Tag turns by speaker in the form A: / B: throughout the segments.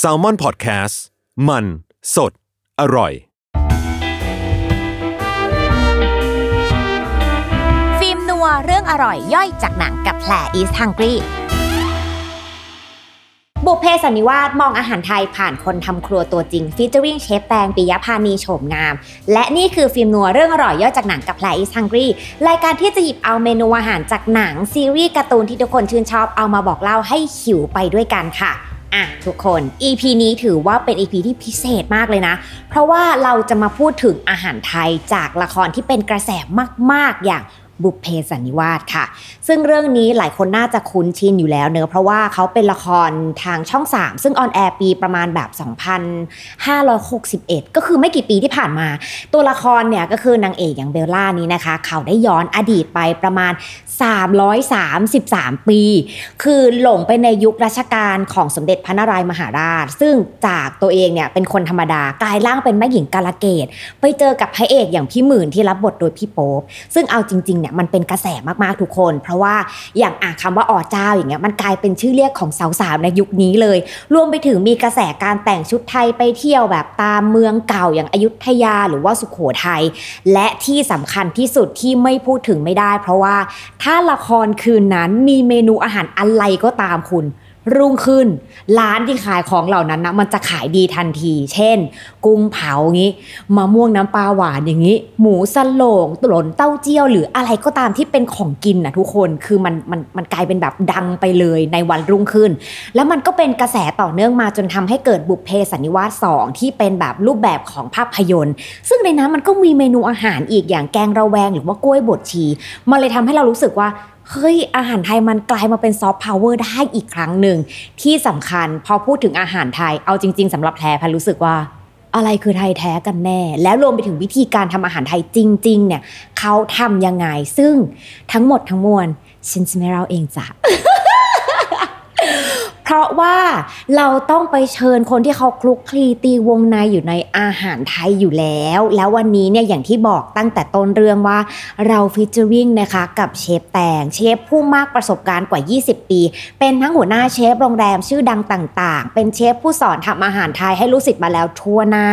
A: s a l ม o n PODCAST มันสดอร่อย
B: ฟิล์มนัวเรื่องอร่อยย่อยจากหนังกับแผลอีสทังกี้บุพเพสันนิวาสมองอาหารไทยผ่านคนทำครัวตัวจริงฟีเจอริงเชฟแปงปิยพานีโฉมงาม และนี่คือฟิล์มนัวเรื่องอร่อยย่อยจากหนังกับแผลอีสทังกี้รายการที่จะหยิบเอาเมนูอาหารจากหนัง ซีรีส์การ์ตูนที่ทุกคนชื่นชอบเอามาบอกเล่าให้หิวไปด้วยกันค่ะอ่ะทุกคน EP นี้ถือว่าเป็น EP ที่พิเศษมากเลยนะ เพราะว่าเราจะมาพูดถึงอาหารไทยจากละครที่เป็นกระแสมาก ๆ อย่างบุพเพสันนิวาสค่ะ ซึ่งเรื่องนี้หลายคนน่าจะคุ้นชินอยู่แล้วเนอะเพราะว่าเขาเป็นละครทางช่อง 3 ซึ่งออนแอร์ปีประมาณแบบ 2561 ก็คือไม่กี่ปีที่ผ่านมา ตัวละครเนี่ยก็คือนางเอกอย่างเบลล่านี้นะคะ เขาได้ย้อนอดีตไปประมาณ 333 ปี คือหลงไปในยุครัชกาลของสมเด็จพระนารายณ์มหาราช ซึ่งจากตัวเองเนี่ยเป็นคนธรรมดากลายร่างเป็นแม่หญิงกาลเกต ไปเจอกับพระเอกอย่างพี่หมื่นที่รับบทโดยพี่โป๊ป ซึ่งเอาจริงๆเนี่ยมันเป็นกระแสมากๆทุกคน เพราะว่าอย่างอ่ะคำว่าอ๋อเจ้าอย่างเงี้ยมันกลายเป็นชื่อเรียกของสาวๆในยุคนี้เลย รวมไปถึงมีกระแสการแต่งชุดไทยไปเที่ยวแบบตามเมืองเก่าอย่างอยุธยาหรือว่าสุโขทัย และที่สำคัญที่สุดที่ไม่พูดถึงไม่ได้ เพราะว่าถ้าละครคืนนั้นมีเมนูอาหารอะไรก็ตามคุณ รุ่งขึ้น ร้านที่ขายของเหล่านั้นนะมันจะขายดีทันที เช่น กุ้งเผาอย่างนี้มะม่วงน้ำปลาหวานอย่างนี้ หมูสโลงตลนเต้าเจี้ยว หรืออะไรก็ตามที่เป็นของกินนะทุกคนคือมันมันมันกลายเป็นแบบดังไปเลยในวันรุ่งขึ้น แล้วมันก็เป็นกระแสต่อเนื่องมาจนทำให้เกิดบุพเพสันนิวาส2ที่เป็นแบบรูปแบบของภาพยนตร์ ซึ่งในนั้นมันก็มีเมนูอาหารอีกอย่างแกงระแวงหรือว่ากล้วยบดชี มันเลยทำให้เรารู้สึกว่า เฮ้ย อาหารไทยมันกลายมาเป็นซอฟต์พาวเวอร์ได้อีกครั้งหนึ่ง ที่สำคัญพอพูดถึงอาหารไทยเอาจริง ๆสำหรับแพรแพรรู้สึกว่า อะไรคือไทยแท้กันแน่ แล้วรวมไปถึงวิธีการทำอาหารไทยจริง ๆ เนี่ยเขาทำยังไงซึ่งทั้งหมดทั้งมวลฉันจะไม่เล่าเองจ้ะ เพราะว่าเราต้องไปเชิญคนที่เขาคลุกคลีตีวงในอยู่ในอาหารไทยอยู่แล้ว แล้ววันนี้เนี่ยอย่างที่บอกตั้งแต่ต้นเรื่องว่า เราฟิชเจอริงนะคะกับเชฟแตงเชฟผู้มากประสบการณ์กว่า 20 ปี เป็นทั้งหัวหน้าเชฟโรงแรมชื่อดังต่างๆ เป็นเชฟผู้สอนทำอาหารไทยให้ลูกศิษย์มาแล้วทั่วหน้า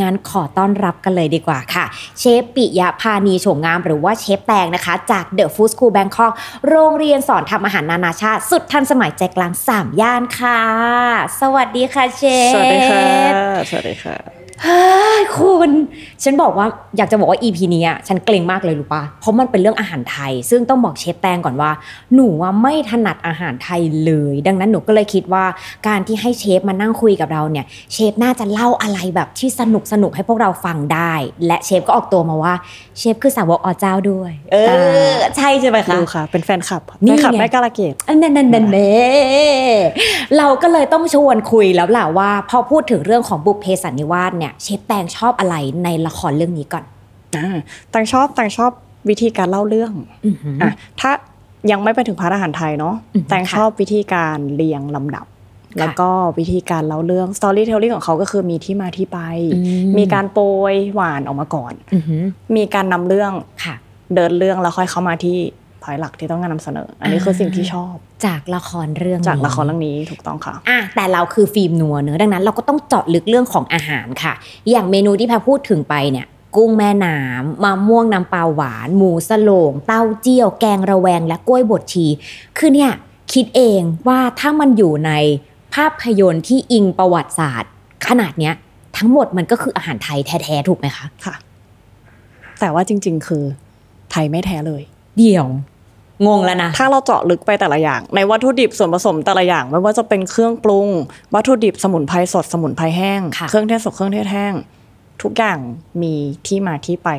B: งานขอต้อนรับกันเลยดีกว่าค่ะ เชฟปิยะพานีโฉมงามหรือว่าเชฟแตงนะคะ จากเดอะฟู้ดสคูลแบงคอกโรงเรียนสอนทำอาหารนานาชาติ สุดทันสมัยใจกลางสามย่านค่ะ สวัสดีค่ะเชฟ
C: สวัสดีค่ะ สวัสดีค่ะ
B: เฮ้ยคุณฉันบอกว่าอยากจะบอกว่า EP เนี้ยฉันเกรงมากเลยรู้ปะเพราะมันเป็นเรื่องอาหารไทย ซึ่งต้องบอกเชฟแตงก่อนว่า หนูว่าไม่ถนัดอาหารไทยเลย ดังนั้นหนูก็เลยคิดว่าการที่ให้เชฟมานั่งคุยกับเราเนี่ย เชฟน่าจะเล่าอะไรแบบที่สนุกสนุกๆให้พวกเราฟังได้ และเชฟก็ออกตัวมาว่าเชฟคือสาวกอเจ้าด้วย เออ ใช่ใช่ไหมคะ
C: ดูค่ะ เป็นแฟนคลับ
B: นี่
C: แฟนคลับ
B: ไง
C: แม่กาลเกต
B: อันนั่นนั่นนั่นเน่เราก็เลยต้องชวนคุยแล้วล่ะว่า พอพูดถึงเรื่องของบุพเพสันนิวาสเนี่ยเชฟแตงชอบอะไรในละครเรื่องนี้ก่อน
C: อ่าต่างชอบต่างชอบวิธีการเล่าเรื่อง
B: อือหืออ
C: อ่ะถ้ายังไม่ไปถึงพาร์ทอาหารไทยเนาะ
B: อืม
C: แต่งชอบวิธีการเรียงลำดับ
B: ะ
C: แล้วก็วิธีการเล่าเรื่อง storytelling ของเขาก็คือมีที่มาที่ไป
B: อื
C: มีการโปรยหวานออกมาก่อน
B: อือหือ
C: มีการนำเรื่อง
B: ค่ะ
C: เดินเรื่องแล้วค่อยเข้ามาที่พอยหลักที่ต้องการนำเสนอ อันนี้คือสิ่งที่ชอบ
B: จากละครเรื่องนี้
C: จากละครเรื่องนี้ถูกต้องค่ะ
B: อ่ะแต่เราคือฟิล์มนัวเนอะดังนั้นเราก็ต้องเจาะลึกเรื่องของอาหารค่ะ อย่างเมนูที่แพรพูดถึงไปเนี่ย กุ้งแม่น้ำมะม่วงน้ำปลาหวาน หมูสโลง เต้าเจี้ยว แกงระแวงและกล้วยบดชี คือเนี่ยคิดเองว่าถ้ามันอยู่ในภาพยนตร์ที่อิงประวัติศาสตร์ ขนาดเนี้ยทั้งหมดมันก็คืออาหารไทยแท้ๆถูกไหมคะ
C: ค่ะ แต่ว่าจริง ๆ คือไทยไม่แท้เลย
B: เดี๋ยว งงแล้วนะ
C: ถ้าเราเจาะลึกไปแต่ละอย่าง ในวัตถุดิบส่วนผสมแต่ละอย่าง ไม่ว่าจะเป็นเครื่องปรุง วัตถุดิบสมุนไพรสดสมุนไพรแห้ง
B: ค่ะ
C: เครื่องเทศสดเครื่องเทศแห้ง ทุกอย่างมีที่มาที่ไป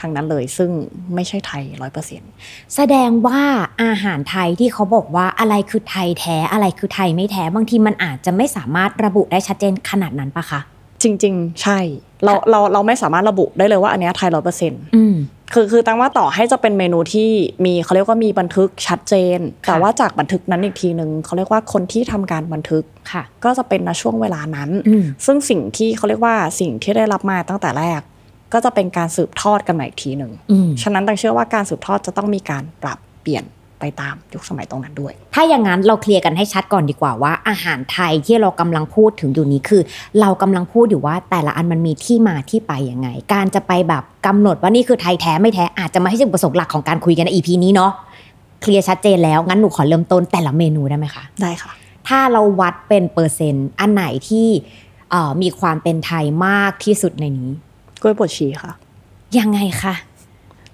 C: ทางนั้นเลย ซึ่งไม่ใช่ไทยร้อยเปอร์เซ็นต์
B: แสดงว่าอาหารไทยที่เขาบอกว่าอะไรคือไทยแท้อะไรคือไทยไม่แท้บางทีมันอาจจะไม่สามารถระบุได้ชัดเจนขนาดนั้นปะคะ
C: จริง ๆ ใช่ เราเราเราไม่สามารถระบุได้เลยว่าอันเนี้ยไทยร้อยเปอร์เซ็นต์
B: อืม
C: คือคือตั้งว่าต่อให้จะเป็นเมนูที่มีเขาเรียกว่ามีบันทึกชัดเจน
B: ค่ะ
C: แต่ว่าจากบันทึกนั้นอีกทีหนึ่งเขาเรียกว่าคนที่ทำการบันทึก
B: ค่ะ
C: ก็จะเป็นณช่วงเวลานั้น
B: อืม
C: ซึ่งสิ่งที่เขาเรียกว่าสิ่งที่ได้รับมาตั้งแต่แรก ก็จะเป็นการสืบทอดกันมาอีกทีหนึ่ง
B: อืม
C: ฉะนั้นตังเชื่อว่าการสืบทอดจะต้องมีการปรับเปลี่ยน ไปตามยุคสมัยตรงนั้นด้วย
B: ถ้าอย่างนั้นเราเคลียร์กันให้ชัดก่อนดีกว่าว่า อาหารไทยที่เรากำลังพูดถึงอยู่นี้คือ เรากำลังพูดอยู่ว่าแต่ละอันมันมีที่มาที่ไปยังไง การจะไปแบบกำหนดว่านี่คือไทยแท้ไม่แท้อาจจะไม่ใช่จุดประสงค์หลักของการคุยกันใน EP นี้เนาะเคลียร์ชัดเจนแล้วงั้นหนูขอเริ่มต้นแต่ละเมนูได้ไหมคะ
C: ได้ค่ะ
B: ถ้าเราวัดเป็นเปอร์เซ็นต์อันไหนที่เอ่อมีความเป็นไทยมากที่สุดในนี้
C: กล้วยบดชีค่ะ
B: ยังไงคะ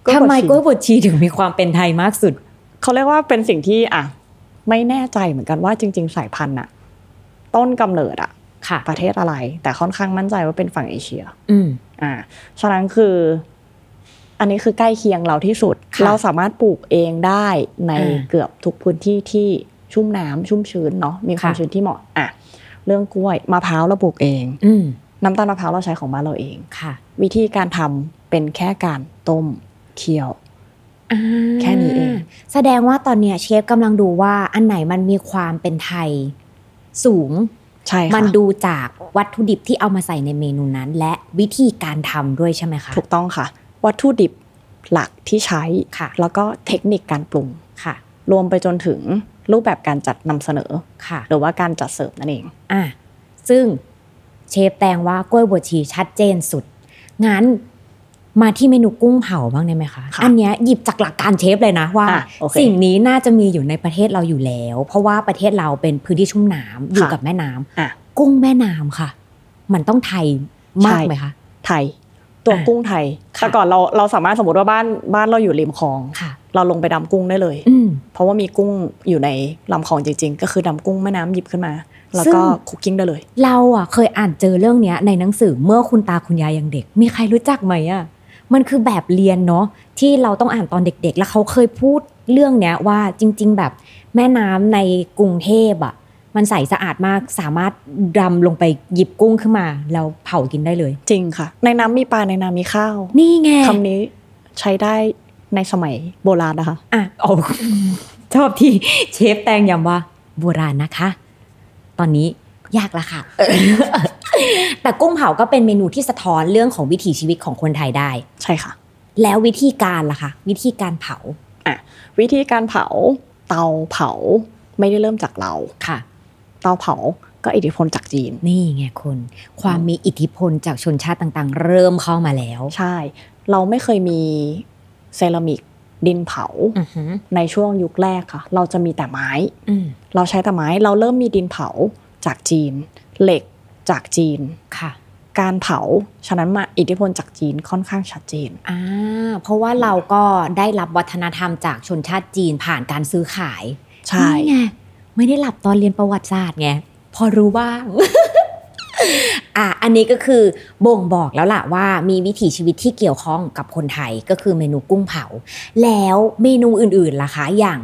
C: กล้วยบด
B: ทำ
C: ชี
B: ไมกล้วยบดชีถึงมีความเป็นไทยมากสุด
C: เขาเรียกว่าเป็นสิ่งที่อ่ะไม่แน่ใจเหมือนกันว่าจริง ๆ สายพันธุ์อะต้นกำเนิดอะ
B: ค่ะ
C: ประเทศอะไร แต่ค่อนข้างมั่นใจว่าเป็นฝั่งเอเชีย
B: อืม
C: อ่า ฉะนั้นคือ อันนี้คือใกล้เคียงเราที่สุด
B: ค่ะ
C: เราสามารถปลูกเองได้ใน
B: อ่า
C: เกือบทุกพื้นที่ที่ชุ่มน้ำชุ่มชื้นเนาะมีความ
B: ค่ะ
C: ชื้นที่เหมาะอ่ะเรื่องกล้วยมะพร้าวเราปลูกเอง
B: อืม
C: น้ำตาลมะพร้าวเราใช้ของบ้านเราเอง
B: ค่ะ
C: วิธีการทำเป็นแค่การต้มเคี่ยว
B: อ่า
C: แค่นี้เอง
B: แสดงว่าตอนเนี้ยเชฟกำลังดูว่าอันไหนมันมีความเป็นไทยสูง
C: ใช่ค่ะ
B: มันดูจากวัตถุดิบที่เอามาใส่ในเมนูนั้น และวิธีการทำด้วยใช่ไหมคะ
C: ถูกต้องค่ะ วัตถุดิบหลักที่ใช้
B: ค่ะ
C: แล้วก็เทคนิคการปรุง
B: ค่ะ
C: รวมไปจนถึงรูปแบบการจัดนำเสนอ
B: ค่ะ
C: หรือว่าการจัดเสิร์ฟนั่นเอง
B: อ่ะซึ่งเชฟแตงว่ากล้วยบวชชีชัดเจนสุด งั้นมาที่เมนูกุ้งเผาบ้างได้ไหมคะ
C: ค่ะ
B: อันเนี้ยหยิบจากหลักการเชฟเลยนะว่า
C: อ่ะโอเค
B: สิ่งนี้น่าจะมีอยู่ในประเทศเราอยู่แล้ว เพราะว่าประเทศเราเป็นพื้นที่ชุ่มน้ำอยู่กับแม่น้
C: อ่ะ
B: ำกุ้งแม่น้ำค่ะ มันต้องไทยมากไหมคะ
C: ไทย ตัว
B: อ่ะ
C: กุ้งไทย
B: ค่ะ
C: แต่ก่อนเราเราสามารถสมมติว่าบ้านบ้านเราอยู่ริมคลอง
B: ค่ะ
C: เราลงไปดำกุ้งได้เลย
B: อืม
C: เพราะว่ามีกุ้งอยู่ในลำคลองจริง ๆ ก็คือดำกุ้งแม่น้ำหยิบขึ้นมา แล้วก็
B: ซึ่ง
C: คุกกิ้งได้เลย
B: เราอ่ะเคยอ่านเจอเรื่องเนี้ยในหนังสือเมื่อคุณตาคุณยายยังเด็ก มีใครรู้จักไหมอ่ะมันคือแบบเรียนเนาะที่เราต้องอ่านตอนเด็ก ๆ แล้วเขาเคยพูดเรื่องเนี้ยว่าจริง ๆ แบบแม่น้ำในกรุงเทพอ่ะมันใสสะอาดมากสามารถดำลงไปหยิบกุ้งขึ้นมาแล้วเผากินได้เลย
C: จริงค่ะ ในน้ำมีปลาในน้ำมีข้าว
B: นี่ไง
C: คำนี้ใช้ได้ในสมัยโบราณนะคะ
B: อ่ะเอา ชอบที่เชฟแตงย้ำว่าโบราณนะคะ ตอนนี้ยากละค่ะ แต่กุ้งเผาก็เป็นเมนูที่สะท้อนเรื่องของวิถีชีวิตของคนไทยได้
C: ใช่ค่ะ
B: แล้ววิธีการล่ะคะ วิธีการเผา
C: วิธีการเผาเตาเผาไม่ได้เริ่มจากเรา
B: ค่ะ
C: เตาเผาก็อิทธิพลจากจีน
B: นี่ไงคุณความมีอิทธิพลจากชนชาติต่างๆ เริ่มเข้ามาแล้ว
C: ใช่ เราไม่เคยมีเซรามิกดินเผา
B: อือหือ
C: ในช่วงยุคแรกค่ะ เราจะมีแต่ไม้
B: อืม
C: เราใช้แต่ไม้ เราเริ่มมีดินเผาจากจีน เหล็กจากจีน
B: ค่ะ
C: การเผา ฉะนั้นมาอิทธิพลจากจีนค่อนข้างชัดเจน
B: อ่าเพราะว่าเราก็ได้รับวัฒนธรรมจากชนชาติจีนผ่านการซื้อขาย
C: ใช่
B: นี่ไงไม่ได้หลับตอนเรียนประวัติศาสตร์ไงพอรู้บ้าง อ่ะอันนี้ก็คือบ่งบอกแล้วล่ะว่ามีวิถีชีวิตที่เกี่ยวข้องกับคนไทยก็คือเมนูกุ้งเผา แล้วเมนูอื่นๆล่ะคะอย่าง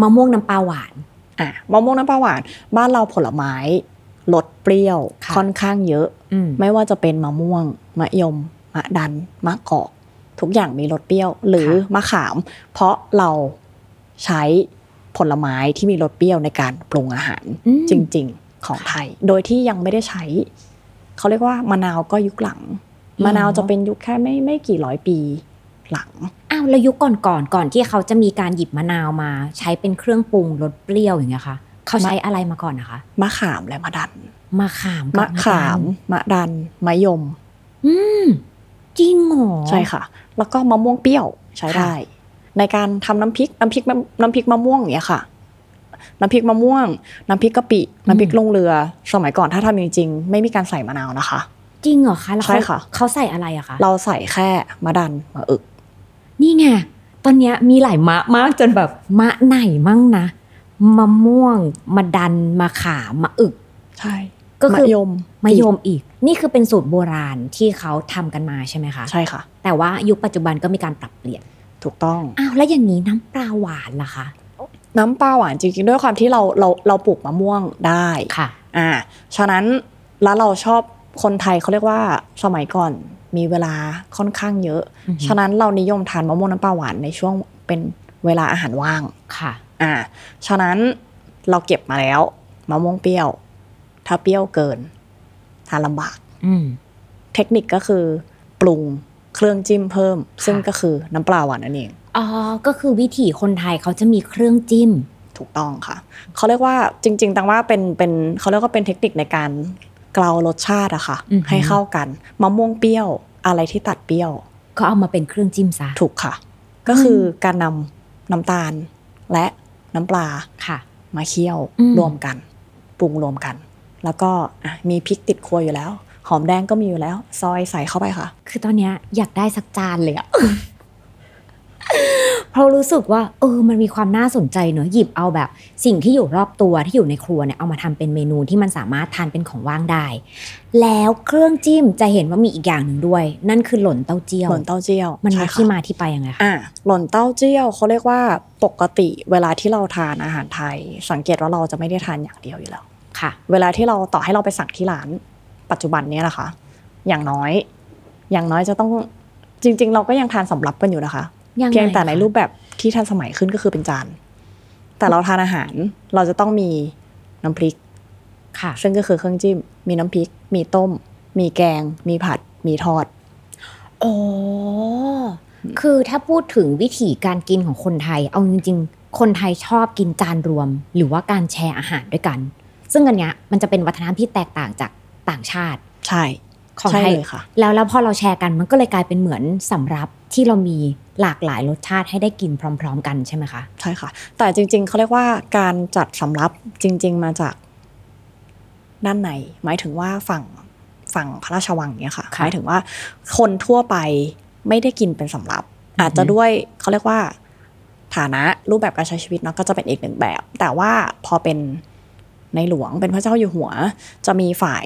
B: มะม่วงน้ำปลาหวาน
C: อ่ะมะม่วงน้ำปลาหวาน บ้านเราผลไม้รสเปรี้ยว
B: ค่ะ
C: ค่อนข้างเยอะ
B: อืม
C: ไม่ว่าจะเป็นมะม่วง มะยม มะดัน มะกอก ทุกอย่างมีรสเปรี้ยว หรือ
B: ค่ะ
C: มะขาม เพราะเราใช้ผลไม้ที่มีรสเปรี้ยวในการปรุงอาหาร
B: อืม
C: จริงๆของไทย โดยที่ยังไม่ได้ใช้ เขาเรียกว่ามะนาวก็ยุคหลัง
B: หรอ
C: มะนาวจะเป็นยุคแค่ไม่ไม่กี่ร้อยปีหลัง
B: อ้าวแล้วยุคก่อนก่อนๆก่อนที่เขาจะมีการหยิบมะนาวมา ใช้เป็นเครื่องปรุงรสเปรี้ยวอย่างเงี้ยค่ะ เขาใช้อะไรมาก่อนนะคะ
C: มะขามและมะดัน
B: มะขาม
C: มะ
B: กับ
C: ขาม มะดัน มะยม
B: อืมจริงเหรอ
C: ใช่ค่ะ แล้วก็มะม่วงเปรี้ยวใช้ได้ ในการทำน้ำพริก น้ำพริกมะน้ำพริกมะม่วงอย่างเงี้ยค่ะ น้ำพริกมะม่วง น้ำพริกกะปิ น้ำพริกลงเรือ สมัยก่อนถ้าทำจริงๆ ไม่มีการใส่มะนาวนะคะ
B: จริงเหรอคะแล้วเขา
C: ใช่ค่ะ
B: เขาใส่อะไรอะคะ
C: เราใส่แค่มะดันมะอึก
B: นี่ไงตอนเนี้ยมีหลายมะมากจนแบบมะไหนมั่งนะมะม่วงมะดันมะขามมะอึก
C: ใช่
B: ก็คือ
C: มะยม
B: มะยมอีก นี่คือเป็นสูตรโบราณที่เขาทำกันมาใช่ไหมคะ
C: ใช่ค่ะ
B: แต่ว่ายุคปัจจุบันก็มีการปรับเปลี่ยน
C: ถูกต้อง
B: อ้าวแล้วอย่างนี้น้ำปลาหวานล่ะคะ
C: น้ำปลาหวานจริงๆ ด้วยความที่เราเราเราปลูกมะม่วงได้
B: ค่ะ
C: อ่าฉะนั้นแล้วเราชอบคนไทยเขาเรียกว่าสมัยก่อนมีเวลาค่อนข้างเยอะ
B: อือหือ
C: ฉะนั้นเรานิยมทานมะม่วงน้ำปลาหวานในช่วงเป็นเวลาอาหารว่าง
B: ค่ะ
C: อ่าฉะนั้นเราเก็บมาแล้วมะม่วงเปรี้ยว ถ้าเปรี้ยวเกินทานลำบาก
B: อืม
C: เทคนิคก็คือปรุง เครื่องจิ้มเพิ่ม ซึ่งก็คือน้ำปลาหวานนั่นเอง
B: อ๋อก็คือวิถีคนไทยเขาจะมีเครื่องจิ้ม
C: ถูกต้องค่ะ เขาเรียกว่าจริง ๆตังว่าเป็นเป็นเขาเรียกว่าเป็นเทคนิคในการเกลารสชาติอะค่ะ
B: อือหือ
C: ให้เข้ากันมะม่วงเปรี้ยวอะไรที่ตัดเปรี้ยว
B: เขาเอามาเป็นเครื่องจิ้มซะ
C: ถูกค่ะ ก็คือการนำน้ำตาลและน้ำปลา
B: ค่ะ
C: มาเคี่ยว
B: อืม
C: รวมกัน ปรุงรวมกัน แล้วก็อ่ะมีพริกติดครัวอยู่แล้ว หอมแดงก็มีอยู่แล้ว ซอยใส่เข้าไปค่ะ
B: คือตอนเนี้ยอยากได้สักจานเลยอะ เพราะรู้สึกว่าเออมันมีความน่าสนใจเนอะหยิบเอาแบบ สิ่งที่อยู่รอบตัวที่อยู่ในครัวเนี่ยเอามาทำเป็นเมนูที่มันสามารถทานเป็นของว่างได้ แล้วเครื่องจิ้มจะเห็นว่ามีอีกอย่างหนึ่งด้วย นั่นคือหล่นเต้าเจี้ยว
C: หล่นเต้าเจี้ยว
B: มันมี
C: ใช่ค่ะ
B: ที่มาที่ไปยังไงคะ
C: อ่ะหล่นเต้าเจี้ยวเขาเรียกว่าปกติเวลาที่เราทานอาหารไทย สังเกตว่าเราจะไม่ได้ทานอย่างเดียวอยู่แล้ว
B: ค่ะ
C: เวลาที่เราต่อให้เราไปสั่งที่ร้านปัจจุบันเนี้นะคะ อย่างน้อย อย่างน้อยจะต้องจริง ๆ เราก็ยังทานสำรับกันอยู่นะคะ
B: ยังไง
C: เพียงแต่ใน
B: คะ
C: รูปแบบที่ทันสมัยขึ้นก็คือเป็นจาน แต่เราทานอาหารเราจะต้องมีน้ำพริก
B: ค่ะ
C: ซึ่งก็คือเครื่องจิ้ม มีน้ำพริก มีต้ม มีแกง มีผัด มีทอด
B: อ๋อ คือถ้าพูดถึงวิถีการกินของคนไทย เอาจริงๆ คนไทยชอบกินจานรวม หรือว่าการแชร์อาหารด้วยกัน ซึ่งอันเนี้ยมันจะเป็นวัฒนธรรมที่แตกต่างจากต่างชาติ
C: ใช่
B: ของ
C: ใช่
B: ไทย
C: เลยค่ะ
B: แล้วแล้วพอเราแชร์กันมันก็เลยกลายเป็นเหมือนสำรับที่เรามีหลากหลายรสชาติให้ได้กินพร้อม ๆ กันใช่ไหมคะ
C: ใช่ค่ะ แต่จริง ๆ เขาเรียกว่าการจัดสำรับจริง ๆ มาจากด้านในหมายถึงว่าฝั่งฝั่งพระราชวังเนี่ยค่ะ
B: ค่ะ
C: หมายถึงว่าคนทั่วไปไม่ได้กินเป็นสำรับ
B: อือฮึ
C: อาจจะด้วยเขาเรียกว่าฐานะรูปแบบการใช้ชีวิตเนาะก็จะเป็นอีกหนึ่งแบบ แต่ว่าพอเป็นในหลวงเป็นพระเจ้าอยู่หัว จะมีฝ่าย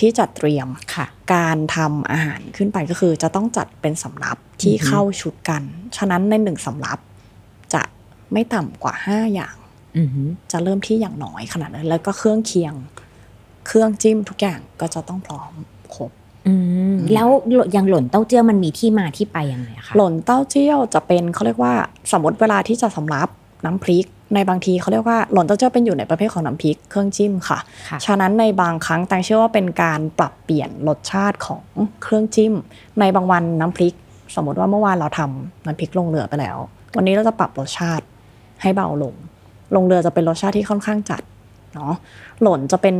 C: ที่จัดเตรียม
B: ค่ะ
C: การทำอาหารขึ้นไปก็คือจะต้องจัดเป็นสำรับที่
B: อือหือ
C: เข้าชุดกัน ฉะนั้นในหนึ่งสำรับจะไม่ต่ำกว่า 5 อย่าง
B: อือหือ
C: จะเริ่มที่อย่างน้อยขนาดนั้น แล้วก็เครื่องเคียง เครื่องจิ้มทุกอย่างก็จะต้องพร้อมครบ
B: อืม
C: ม
B: แล้วอยังหล่นเต้าเจี้ยวมันมีที่มาที่ไปยังไงอะคะ
C: หล่นเต้าเจี้ยวจะเป็นเขาเรียกว่าสมมติเวลาที่จะสำรับน้ำพริก ในบางทีเขาเรียกว่าหล่นเต้าเจี้ยวเป็นอยู่ในประเภทของน้ำพริกเครื่องจิ้มค่ะ
B: ค่ะ
C: ฉะนั้นในบางครั้งแตงเชื่อว่าเป็นการปรับเปลี่ยนรสชาติของเครื่องจิ้ม ในบางวันน้ำพริก สมมติว่าเมื่อวานเราทำน้ำพริกลงเรือไปแล้ว วันนี้เราจะปรับรสชาติให้เบาลง ลงเรือจะเป็นรสชาติที่ค่อนข้างจัดเนาะหล่นจะเป็น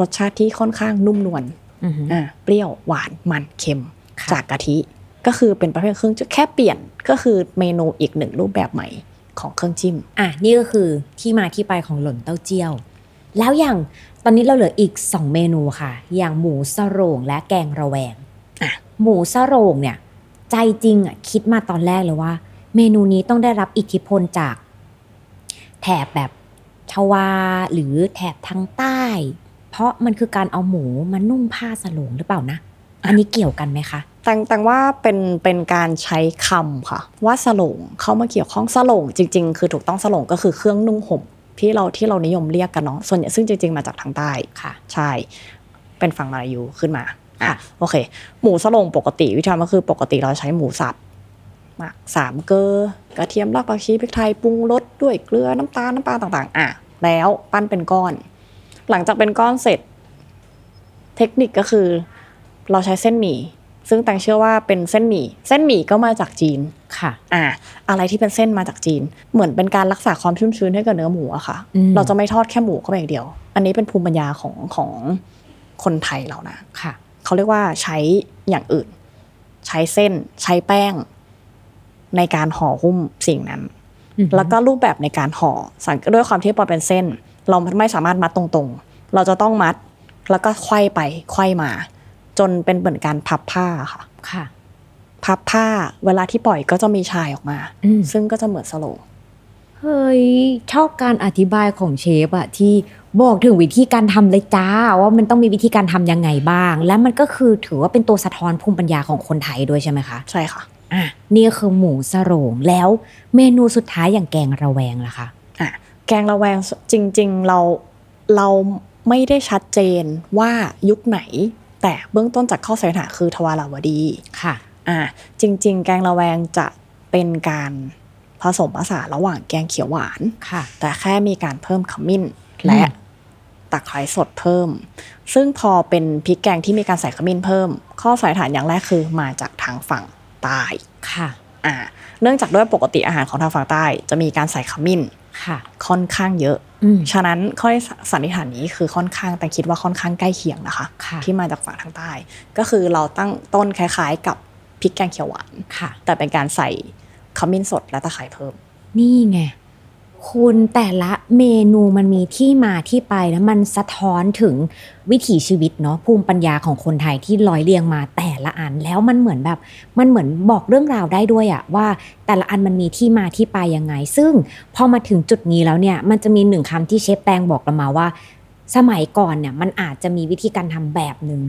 C: รสชาติที่ค่อนข้างนุ่มนวล
B: อือหือ
C: อ่าเปรี้ยวหวานมันเค็ม
B: ค่ะ
C: จากกะทิก็คือเป็นประเภทเครื่องจิ้มแค่เปลี่ยนก็คือเมนูอีกหนึ่งรูปแบบใหม่ของเครื่องจิ้ม
B: อ่ะนี่ก็คือที่มาที่ไปของหล่นเต้าเจี้ยว แล้วอย่างตอนนี้เราเหลืออีก 2 เมนูค่ะ อย่างหมูสโรงและแกงระแวง
C: อ่ะ
B: หมูสโรงเนี่ย ใจจริงอ่ะคิดมาตอนแรกเลยว่า เมนูนี้ต้องได้รับอิทธิพลจาก แถบแบบชวาหรือแถบทางใต้ เพราะมันคือการเอาหมูมานุ่งผ้าสโรงหรือเปล่านะ อันนี้เกี่ยวกันไหมคะ
C: แตงแตงว่าเป็นเป็นการใช้คำค่ะ ว่าสลงเข้ามาเกี่ยวข้องสลงจริง ๆ คือถูกต้องสลงก็คือเครื่องนุ่งห่มที่เราที่เรานิยมเรียกกันเนาะส่วนใหญ่ซึ่งจริง ๆ มาจากทางใต้
B: ค่ะ
C: ใช่ เป็นฝั่งมาลายูขึ้นมาอ่ะ
B: ค่ะ
C: โอเค หมูสลงปกติวิธีทำก็คือปกติเราใช้หมูสับหมักสามเกลือกระเทียมรากผักชีพริกไทยปรุงรสด้วยเกลือน้ำตาลน้ำปลาต่างๆ อ่ะ แล้วปั้นเป็นก้อน หลังจากเป็นก้อนเสร็จ เทคนิคก็คือเราใช้เส้นหมี่ ซึ่งแตงเชื่อว่าเป็นเส้นหมี่ เส้นหมี่ก็มาจากจีน
B: ค่ะ
C: อ่า อะไรที่เป็นเส้นมาจากจีน เหมือนเป็นการรักษาความชุ่มชื้นให้กับเนื้อหมูอะค่ะ
B: อืม
C: เราจะไม่ทอดแค่หมูเข้าไปอย่างเดียว อันนี้เป็นภูมิปัญญาของของคนไทยเรานะ
B: ค่ะ
C: เขาเรียกว่าใช้อย่างอื่น ใช้เส้นใช้แป้ง ในการห่อหุ้มสิ่งนั้น
B: อือหือ
C: แล้วก็รูปแบบในการห่อสังเกตด้วยความที่ปอเป็นเส้น เราไม่สามารถมัดตรงๆ เราจะต้องมัดแล้วก็ไขว้ไปไขว้มา จนเป็นเหมือนการพับผ้าค่ะ
B: ค่ะ
C: พับผ้าเวลาที่ปล่อยก็จะมีชายออกมา
B: อืม
C: ซึ่งก็จะเหมือนสโลง
B: เฮ้ยชอบการอธิบายของเชฟอะที่บอกถึงวิธีการทำเลยจ้า ว่ามันต้องมีวิธีการทำยังไงบ้าง และมันก็คือถือว่าเป็นตัวสะท้อนภูมิปัญญาของคนไทยด้วยใช่ไหมคะ
C: ใช่ค่ะ
B: อ่ะนี่คือหมูสโรงแล้วเมนูสุดท้ายอย่างแกงระแวงล่ะคะ
C: อ่ะแกงระแวงจริง ๆ เราเราไม่ได้ชัดเจนว่ายุคไหน แต่เบื้องต้นจากข้อสันนิษฐานคือทวาราวดี
B: ค่ะ
C: อ่ะจริง ๆ แกงระแวงจะเป็นการผสมผสานระหว่างแกงเขียวหวาน
B: ค่ะ
C: แต่แค่มีการเพิ่มขมิ้นและ
B: อืม
C: ตะไคร้สดเพิ่ม ซึ่งพอเป็นพริกแกงที่มีการใส่ขมิ้นเพิ่ม ข้อสันนิษฐานอย่างแรกคือมาจากทางฝั่ง ใต้
B: ค่ะ
C: อ่าเนื่องจากด้วยปกติอาหารของทางฝั่งใต้ จะมีการใส่ขมิ้น
B: ค่ะ
C: ค่อนข้างเยอะ
B: อืม
C: ฉะนั้นข้อสันนิษฐานนี้คือค่อนข้างแต่คิดว่าค่อนข้างใกล้เคียงนะคะ
B: ค่ะ
C: ที่มาจากฝั่งทางใต้ ก็คือเราตั้งต้นคล้ายๆ กับพริกแกงเขียวหวาน
B: ค่ะ
C: แต่เป็นการใส่ขมิ้นสดและตะไคร้เพิ่ม
B: นี่ไง คุณแต่ละเมนูมันมีที่มาที่ไปแล้วมันสะท้อนถึงวิถีชีวิตเนาะภูมิปัญญาของคนไทยที่ร้อยเรียงมาแต่ละอันแล้วมันเหมือนแบบมันเหมือนบอกเรื่องราวได้ด้วยอะว่าแต่ละอันมันมีที่มาที่ไปยังไง ซึ่งพอมาถึงจุดนี้แล้วเนี่ยมันจะมีหนึ่งคำที่เชฟแตงบอกเรามาว่า สมัยก่อนเนี่ยมันอาจจะมีวิธีการทำแบบหนึ่ง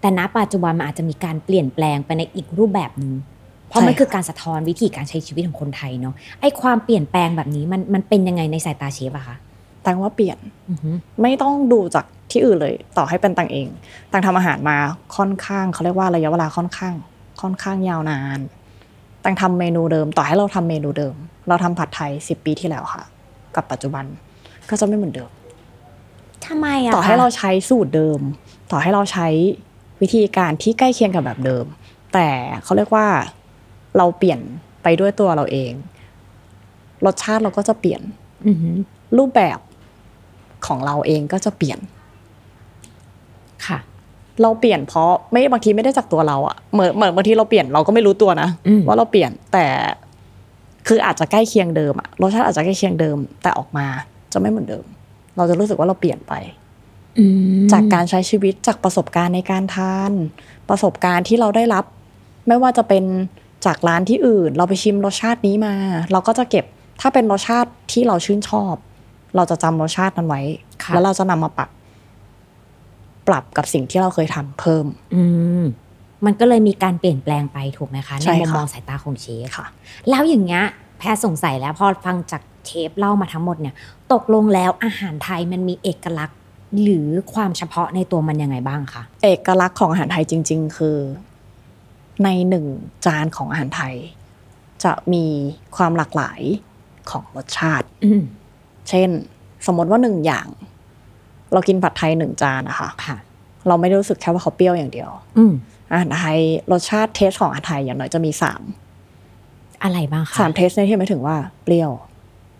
B: แต่ณปัจจุบันมันอาจจะมีการเปลี่ยนแปลงไปในอีกรูปแบบหนึ่งเพราะมัน
C: ใช่ค่ะ
B: คือการสะท้อนวิธีการใช้ชีวิตของคนไทยเนาะ ไอ้ความเปลี่ยนแปลงแบบนี้มันมันเป็นยังไงในสายตาเชฟอะคะ
C: แต่ว่าเปลี่ยน
B: อือหือ
C: ไม่ต้องดูจากที่อื่นเลย ต่อให้เป็นตังเองตังทำอาหารมาค่อนข้างเขาเรียกว่าระยะเวลาค่อนข้าง ค่อนข้างยาวนานตังทำเมนูเดิม ต่อให้เราทำเมนูเดิม เราทำผัดไทย 10 ปีที่แล้วค่ะ กับปัจจุบันก็จะไม่เหมือนเดิม
B: ทำไมอะ
C: ต่อให้
B: คะ
C: เราใช้สูตรเดิม ต่อให้เราใช้วิธีการที่ใกล้เคียงกับแบบเดิม แต่เขาเรียกว่าเราเปลี่ยนไปด้วยตัวเราเอง รสชาติเราก็จะเปลี่ยน
B: อือหือ
C: รูปแบบของเราเองก็จะเปลี่ยน
B: ค่ะ
C: เราเปลี่ยนเพราะไม่บางทีไม่ได้จากตัวเราอะเหมือนเหมือนบางทีเราเปลี่ยนเราก็ไม่รู้ตัวนะ
B: อืม
C: ว่าเราเปลี่ยนแต่คืออาจจะใกล้เคียงเดิมอะรสชาติอาจจะใกล้เคียงเดิม แต่ออกมาจะไม่เหมือนเดิม เราจะรู้สึกว่าเราเปลี่ยนไป จากการใช้ชีวิตจากประสบการณ์ในการทาน ประสบการณ์ที่เราได้รับ ไม่ว่าจะเป็นจากร้านที่อื่น เราไปชิมรสชาตินี้มา เราก็จะเก็บถ้าเป็นรสชาติที่เราชื่นชอบ เราจะจำรสชาตินั้นไว้
B: ค่ะ
C: แล้วเราจะนำมาปรับ ปรับกับสิ่งที่เราเคยทำเพิ่ม
B: อืมมันก็เลยมีการเปลี่ยนแปลงไปถูกไหมคะ
C: ใช่
B: ใน
C: ค่ะ
B: มุมมองสายตาของเชฟ
C: ค่ะ
B: แล้วอย่างเงี้ยแพรสงสัยแล้วพอฟังจากเชฟเล่ามาทั้งหมดเนี่ย ตกลงแล้วอาหารไทยมันมีเอกลักษณ์หรือความเฉพาะในตัวมันยังไงบ้างคะ
C: เอกลักษณ์ของอาหารไทยจริง ๆ คือ ในหนึ่งจานของอาหารไทย จะมีความหลากหลายของรสชาติ
B: อืม
C: เช่น สมมติว่าหนึ่งอย่าง เรากินผัดไทยหนึ่งจานนะคะ
B: ค่ะ
C: เราไม่ได้รู้สึกแค่ว่าเขาเปรี้ยวอย่างเดียว
B: อืม
C: อาหารไทยรสชาติเทสของอาหารไทยอย่างน้อยจะมีสาม
B: อะไรบ้างคะ
C: สามเทสในที่หมายถึงว่าเปรี้ยว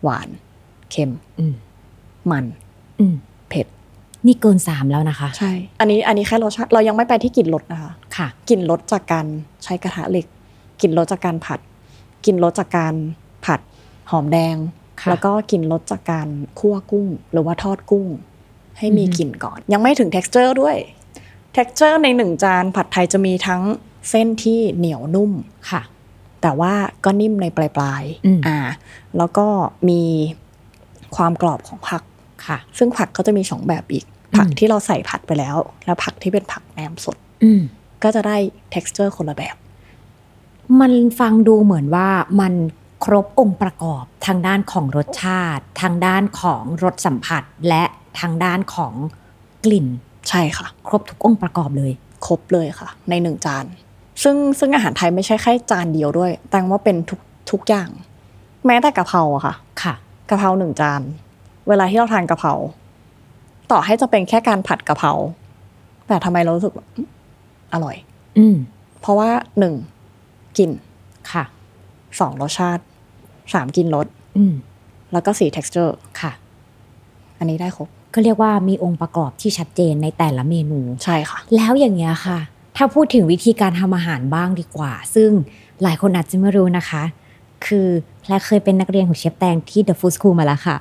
C: หวาน เค็ม
B: อืม
C: มัน
B: อืม
C: เผ็ด
B: นี่เกินสามแล้วนะคะ
C: ใช่ อันนี้อันนี้แค่รสชาติเรายังไม่ไปที่กลิ่นรสนะคะ
B: ค่ะ
C: กลิ่นรสจากการใช้กระทะเหล็กกลิ่นรสจากการผัดกลิ่นรสจากการผัดหอมแดง
B: ค่ะ
C: แล้วก็กลิ่นรสจากการคั่วกุ้ง หรือว่าทอดกุ้ง ให้มีกลิ่นก่อน ยังไม่ถึง t e x t u r e ด้วย t e x t u r e ในหนึ่งจานผัดไทยจะมีทั้งเส้นที่เหนียวนุ่ม
B: ค่ะ
C: แต่ว่าก็นิ่มในปลายปลายๆ
B: อืม
C: แล้วก็มีความกรอบของผัก
B: ค่ะ
C: ซึ่งผักก็จะมีสองแบบอีก ผัก
B: อืม
C: ที่เราใส่ผัดไปแล้ว และผักที่เป็นผักแหนมสด
B: อืม
C: ก็จะได้ texture คนละแบบ
B: มันฟังดูเหมือนว่ามันครบองค์ประกอบทางด้านของรสชาติ ทางด้านของรสสัมผัส และทางด้านของกลิ่น
C: ใช่ค่ะ
B: ครบทุกองค์ประกอบเลย
C: ครบเลยค่ะ ในหนึ่งจาน ซึ่งซึ่งอาหารไทยไม่ใช่แค่จานเดียวด้วย แต่ว่าเป็นทุกทุกอย่าง แม้แต่กะเพราอะค่ะ
B: ค่ะ
C: กะเพราหนึ่งจาน เวลาที่เราทานกะเพราต่อให้จะเป็นแค่การผัดกะเพราแต่ทำไมเรารู้สึกว่าอื้ออร่อย
B: อืม
C: เพราะว่าหนึ่งกลิ่น
B: ค่ะ
C: สองรสชาติสามกลิ่นรส
B: อืม
C: แล้วก็สี่ texture
B: ค่ะ
C: อันนี้ได้ครบ
B: ก็เรียกว่ามีองค์ประกอบที่ชัดเจนในแต่ละเมนู
C: ใช่ค่ะ
B: แล้วอย่างเงี้ยค่ะ ถ้าพูดถึงวิธีการทำอาหารบ้างดีกว่า ซึ่งหลายคนอาจจะไม่รู้นะคะ คือแพรเคยเป็นนักเรียนของเชฟแตงที่ The Food School มาแล้วค่ะ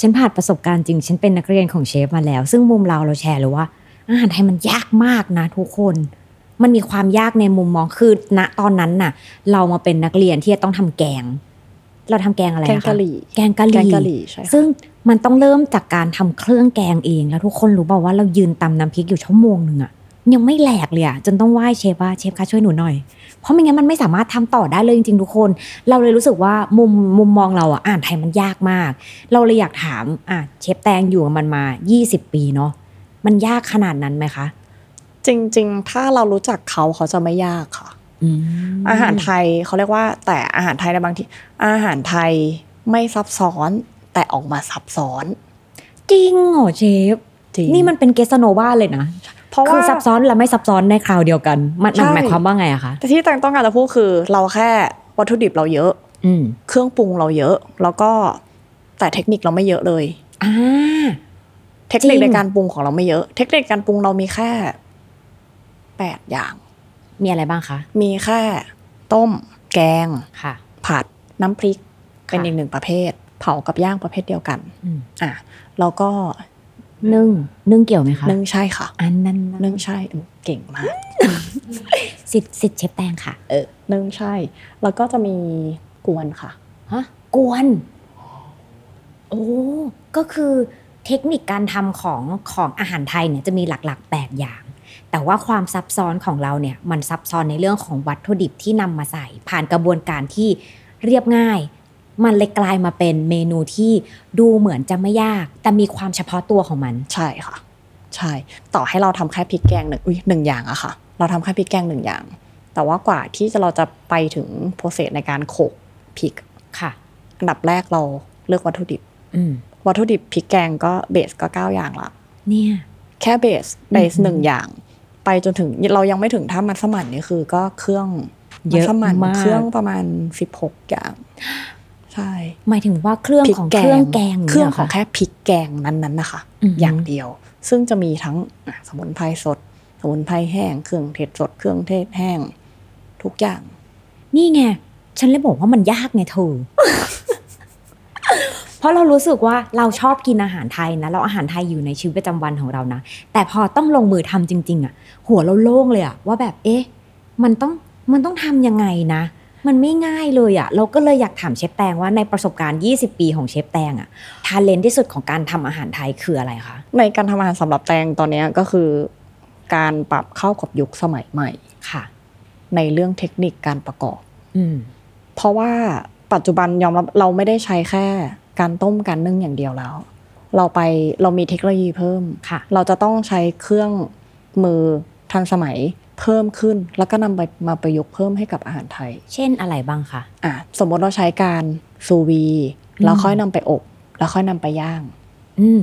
B: ฉันผ่านประสบการณ์จริง ฉันเป็นนักเรียนของเชฟมาแล้ว ซึ่งมุมเราเราแชร์เลยว่า อาหารไทยมันยากมากนะทุกคน มันมีความยากในมุมมองคือณตอนนั้นน่ะ เรามาเป็นนักเรียนที่จะต้องทำแกง เราทำแกงอะไรนค
C: แกงกะหรี่
B: แกงกะห
C: แก
B: รี่
C: งกะหรี่ใช่ค่ะ
B: ซึ่งมันต้องเริ่มจากการทำเครื่องแกงเอง แล้วทุกคนรู้เปล่าว่าเรายืนตำน้ำพริกอยู่ชั่วโมงหนึ่งอะยังไม่แหลกเลยอะจนต้องไหว้เชฟว่าเชฟคะช่วยหนูหน่อย เพราะไม่งั้นมันไม่สามารถทำต่อได้เลยจริงๆทุกคน เราเลยรู้สึกว่ามุมมุมมองเราอะอ่านไทยมันยากมาก เราเลยอยากถามอ่ะเชฟแตงอยู่กับมันมา 20 ปีเนาะมันยากขนาดนั้นไหมคะ
C: จริง ๆ ถ้าเรารู้จักเขาเขาจะไม่ยากค่ะ อาหารไทยเขาเรียกว่า แต่อาหารไทยในบางทีอาหารไทยไม่ซับซ้อน แต่ออกมาซับซ้อน
B: จริงเหรอเชฟ
C: จริง
B: นี่มันเป็นเกสโนวาเลยนะ
C: เพ ราะ
B: คื
C: ว่า
B: อซับซ้อนและไม่ซับซ้อนในคราวเดียวกัน มันมัน
C: ใช่
B: หมายความว่าไงอะคะ
C: แต่ที่ต้องการจะพูดคือเราแค่วัตถุดิบเราเยอะ
B: อืม
C: เครื่องปรุงเราเยอะ แล้วก็แต่เทคนิคเราไม่เยอะเลย
B: อ่า
C: เทคนิค
B: จริง
C: ในการปรุงของเราไม่เยอะ เทคนิคการปรุงเรามีแค่แปดอย่าง
B: มีอะไรบ้างคะ
C: มีแค่ต้ม แกง
B: ค่ะ
C: ผัด น้ำพริก เป็น
B: ค่ะ
C: อีกหนึ่งประเภท เผากับย่างประเภทเดียวกัน
B: อืม
C: อ่ะแล้วก็
B: นึ่งนึ่งเกี่ยวไหมคะ
C: นึ่งใช่ค่ะ
B: อันนั้นนะ
C: นึ่งใช่อืมเก่งมาก
B: สิทธิ์สิทธิ์เชฟแตงค่ะ เออ
C: นึ่งใช่ แล้วก็จะมีกวนค่ะ
B: ฮะกวน โอ้ก็คือเทคนิคการทำของของอาหารไทยเนี่ยจะมีหลักๆแปดอย่าง แต่ว่าความซับซ้อนของเราเนี่ย มันซับซ้อนในเรื่องของวัตถุดิบที่นำมาใส่ ผ่านกระบวนการที่เรียบง่าย มันเลยกลายมาเป็นเมนูที่ดูเหมือนจะไม่ยาก แต่มีความเฉพาะตัวของมัน
C: ใช่ค่ะ ใช่ ต่อให้เราทำแค่พริกแกงหนึ่งอุ้ยหนึ่งอย่างอะค่ะ เราทำแค่พริกแกงหนึ่งอย่าง แต่ว่ากว่าที่จะเราจะไปถึงโปรเซสในการโขลกพริก
B: ค่ะ
C: อันดับแรกเราเลือกวัตถุดิบ
B: อืม
C: วัตถุดิบพริกแกงก็เบสก็ 9 อย่างละ
B: เนี่ย
C: แค่เบสเบส
B: อือหือ
C: หนึ่งอย่าง ไปจนถึงเรายังไม่ถึงถ้ามัสมั่นนี่คือก็เครื่อง
B: เยอะ
C: มัสมั่น
B: มาก
C: เครื่องประมาณ 16 อย่าง ใช่
B: หมายถึงว่าเครื่อง
C: พริก
B: ของ
C: แก
B: เค
C: ง
B: รื่องแกง
C: เครื่อง
B: นี่ย
C: ของ
B: หะ
C: แค่พริกแกงนั้นๆนะคะ
B: อือหือ
C: อ
B: อ
C: ย่างเดียว ซึ่งจะมีทั้งอ่ะสมุนไพรสด สมุนไพรแห้ง เครื่องเทศสด เครื่องเทศแห้ง ทุกอย่าง
B: นี่ไง ฉันเลยบอกว่ามันยากไงเธ อ เพราะเรารู้สึกว่าเราชอบกินอาหารไทยนะ เราอาหารไทยอยู่ในชีวิตประจำวันของเรานะ แต่พอต้องลงมือทำจริง ๆอะหัวเราโล่งเลยอะว่าแบบเอ๊ะ มันต้องมันต้องทำยังไงนะ มันไม่ง่ายเลยอะเราก็เลยอยากถามเชฟแตงว่าในประสบการณ์ 20 ปีของเชฟแตงอะทาเลนที่สุดของการทำอาหารไทยคืออะไรคะ
C: ในการทำอาหารสำหรับแตงตอนเนี้ยก็คือ การปรับเข้ากับยุคสมัยใหม่
B: ค่ะ
C: ในเรื่องเทคนิคการประกอบ
B: อืม
C: เพราะว่าปัจจุบันยอมรับเราไม่ได้ใช้แค่การต้มการนึ่งอย่างเดียวแล้ว เราไปเรามีเทคโนโลยีเพิ่ม
B: ค่ะ
C: เราจะต้องใช้เครื่องมือทันสมัยเพิ่มขึ้น แล้วก็นำไปมาประยุกต์เพิ่มให้กับอาหารไทย
B: เช่นอะไรบ้างคะ
C: อ่ะสมมติเราใช้การซูวี
B: อืม
C: แล้วค่อยนำไปอบ แล้วค่อยนำไปย่าง
B: อืม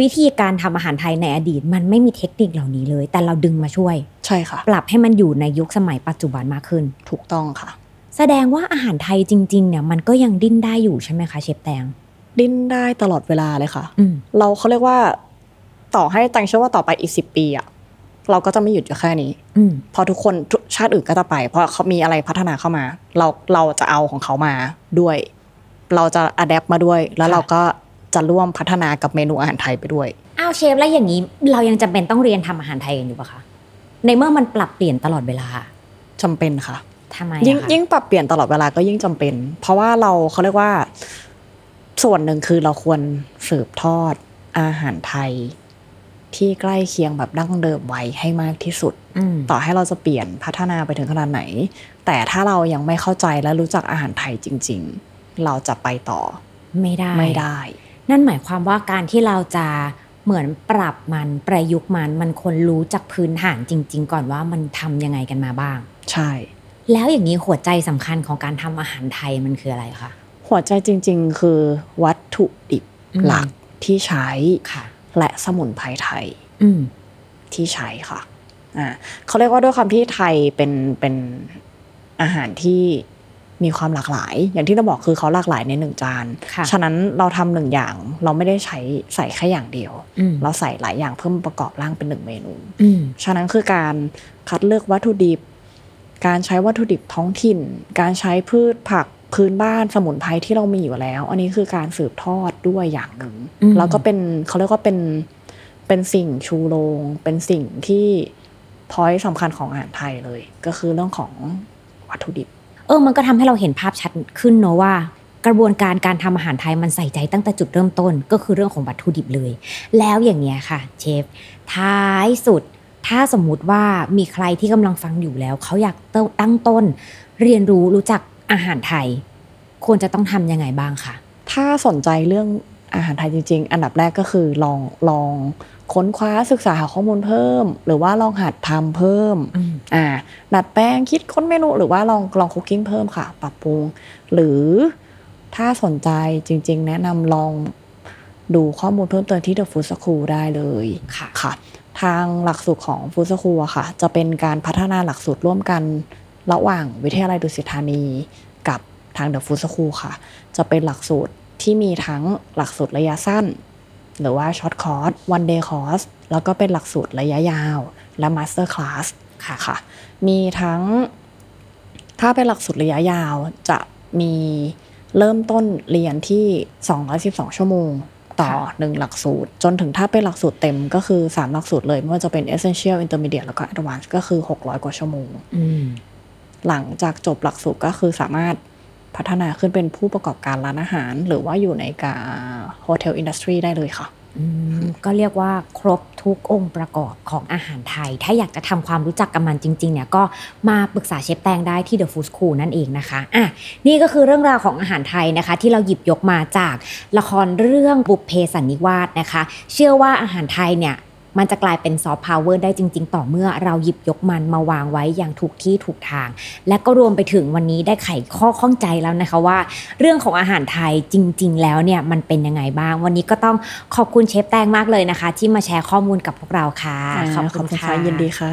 B: วิธีการทำอาหารไทยในอดีต มันไม่มีเทคนิคเหล่านี้เลย แต่เราดึงมาช่วย
C: ใช่ค่ะ
B: ปรับให้มันอยู่ในยุคสมัยปัจจุบันมากขึ้น
C: ถูกต้องค่ะ
B: แสดงว่าอาหารไทยจริง ๆ เนี่ย มันก็ยังดิ้นได้อยู่ใช่ไหมคะเชฟแตง
C: ดิ้นได้ตลอดเวลาเลยค่ะ
B: อืม
C: เราเขาเรียกว่าต่อให้ตังเชื่อว่าต่อไปอีกสิบปีอะเราก็จะไม่หยุดอยู่แค่นี้
B: อืม
C: พอทุกคนทุกชาติอื่นก็จะไป เพราะเขามีอะไรพัฒนาเข้ามา เราเราจะเอาของเขามาด้วย เราจะอัดแอปมาด้วย แล้ว
B: ค่ะ
C: เราก็จะร่วมพัฒนากับเมนูอาหารไทยไปด้วย
B: อ้าวเชฟแล้วอย่างนี้ เรายังจำเป็นต้องเรียนทำอาหารไทยกันอยู่ปะคะ ในเมื่อมันปรับเปลี่ยนตลอดเวลา
C: จำเป็นค่ะ
B: ทำไม
C: ยิ่ง
B: อะคะ
C: ยิ่งปรับเปลี่ยนตลอดเวลาก็ยิ่งจำเป็น เพราะว่าเราเขาเรียกว่า ส่วนหนึ่งคือเราควรสืบทอดอาหารไทย ที่ใกล้เคียงแบบดั้งเดิมไว้ให้มากที่สุด
B: อืม
C: ต่อให้เราจะเปลี่ยนพัฒนาไปถึงขนาดไหน แต่ถ้าเรายังไม่เข้าใจและรู้จักอาหารไทยจริง ๆ เราจะไปต่อ
B: ไม่ได้
C: ไม่ได้
B: นั่นหมายความว่าการที่เราจะเหมือนปรับมันประยุกต์มันมันควรรู้จากพื้นฐานจริง ๆ ก่อนว่ามันทำยังไงกันมาบ้าง
C: ใช่
B: แล้วอย่างนี้หัวใจสำคัญของการทำอาหารไทยมันคืออะไรคะ
C: หัวใจจริง ๆ คือวัตถุดิบ
B: อืม
C: หลักที่ใช้
B: ค่ะ
C: และสมุนไพรไทย
B: อืม
C: ที่ใช้ค่ะ อ่าเขาเรียกว่าด้วยความที่ไทยเป็นเป็นอาหารที่มีความหลากหลาย อย่างที่เราบอกคือเขาหลากหลายในหนึ่งจาน
B: ค่ะ
C: ฉะนั้นเราทำหนึ่งอย่างเราไม่ได้ใช้ใส่แค่อย่างเดียว
B: อืม
C: เราใส่หลายอย่างเพิ่มประกอบร่างเป็นหนึ่งเมนู
B: อืม
C: ฉะนั้นคือการคัดเลือกวัตถุดิบ การใช้วัตถุดิบท้องถิ่น การใช้พืชผักพื้นบ้านสมุนไพรที่เรามีอยู่แล้ว อันนี้คือการสืบทอดด้วยอย่างหนึ่ง
B: อืม
C: แล้วก็เป็นเขาเรียกว่าเป็นเป็นสิ่งชูโรง เป็นสิ่งที่พอยสำคัญของอาหารไทยเลย ก็คือเรื่องของวัตถุดิบ
B: เออ มันก็ทำให้เราเห็นภาพชัดขึ้นเนอะว่า กระบวนการการทำอาหารไทยมันใส่ใจตั้งแต่จุดเริ่มต้นก็คือเรื่องของวัตถุดิบเลย แล้วอย่างเงี้ยค่ะ เชฟ ท้ายสุด ถ้าสมมุติว่ามีใครที่กำลังฟังอยู่แล้ว เขาอยากตั้งต้น เรียนรู้รู้จักอาหารไทย ควรจะต้องทำยังไงบ้างคะ
C: ถ้าสนใจเรื่องอาหารไทยจริง ๆ อันดับแรกก็คือลองลองค้นคว้าศึกษาหาข้อมูลเพิ่ม หรือว่าลองหัดทำเพิ่ม
B: อืม
C: อ่าดัดแปลงคิดค้นเมนูหรือว่าลองลองคุกกิ้งเพิ่มค่ะ ปรับปรุง หรือถ้าสนใจจริง ๆ แนะนำลองดูข้อมูลเพิ่มเติมที่ The Food School ได้เลย
B: ค่ะ
C: ค่ะ ทางหลักสูตรของฟูสคูอะค่ะ จะเป็นการพัฒนาหลักสูตรร่วมกันระหว่างวิทยาลัยดุสิตธานี กับทางเดอะฟูสคูค่ะ จะเป็นหลักสูตรที่มีทั้งหลักสูตรระยะสั้น หรือว่าช็อตคอร์สวันเดย์คอร์สแล้วก็เป็นหลักสูตรระยะยาว และมาสเตอร์คลาสค่ะค่ะ มีทั้ง ถ้าเป็นหลักสูตรระยะยาวจะมีเริ่มต้นเรียนที่ 212 ชั่วโมง ต่อ
B: ค่ะ
C: 1 หลักสูตร จนถึงถ้าเป็นหลักสูตรเต็มก็คือ 3 หลักสูตรเลย ไม่ว่าจะเป็น Essential Intermediate แล้วก็ Advanced ก็คือ 600 กว่าชั่วโมง
B: อืม
C: หลังจากจบหลักสูตรก็คือสามารถพัฒนาขึ้นเป็นผู้ประกอบการร้านอาหาร หรือว่าอยู่ในการโฮเทลอินดัสทรีได้เลยค่ะ
B: อืมก็เรียกว่าครบทุกองค์ประกอบของอาหารไทย ถ้าอยากจะทำความรู้จักกับมันจริง ๆ เนี่ยก็มาปรึกษาเชฟแตงได้ที่ The Food School นั่นเองนะคะอ่ะนี่ก็คือเรื่องราวของอาหารไทยนะคะ ที่เราหยิบยกมาจากละครเรื่องบุพเพสันนิวาสนะคะ เชื่อว่าอาหารไทยเนี่ย มันจะกลายเป็นซอฟต์พาวเวอร์ได้จริง ๆ ต่อเมื่อเราหยิบยกมันมาวางไว้อย่างถูกที่ถูกทาง และก็รวมไปถึงวันนี้ได้ไขข้อข้องใจแล้วนะคะว่า เรื่องของอาหารไทยจริง ๆ แล้วเนี่ยมันเป็นยังไงบ้าง วันนี้ก็ต้องขอบคุณเชฟแตงมากเลยนะคะ ที่มาแชร์ข้อมูลกับพวกเราค่ะขอบคุณค่ะ
C: ยินดีค่ะ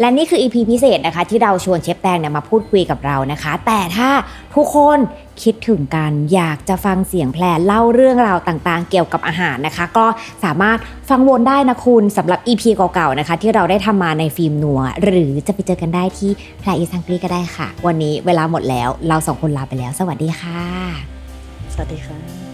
B: และนี่คือ EP พิเศษนะคะ ที่เราชวนเชฟแตงเนี่ยมาพูดคุยกับเรานะคะ แต่ถ้าทุกคนคิดถึงกันอยากจะฟังเสียงแพรเล่าเรื่องราวต่างๆ เกี่ยวกับอาหารนะคะ ก็สามารถฟังวนได้นะคุณสำหรับ EP เก่าๆนะคะ ที่เราได้ทำมาในฟิล์มนัว หรือจะไปเจอกันได้ที่แพรอีสังกรีก็ได้ค่ะ วันนี้เวลาหมดแล้วเราสองคนลาไปแล้ว สวัสดีค่ะ
C: สวัสดีค่ะ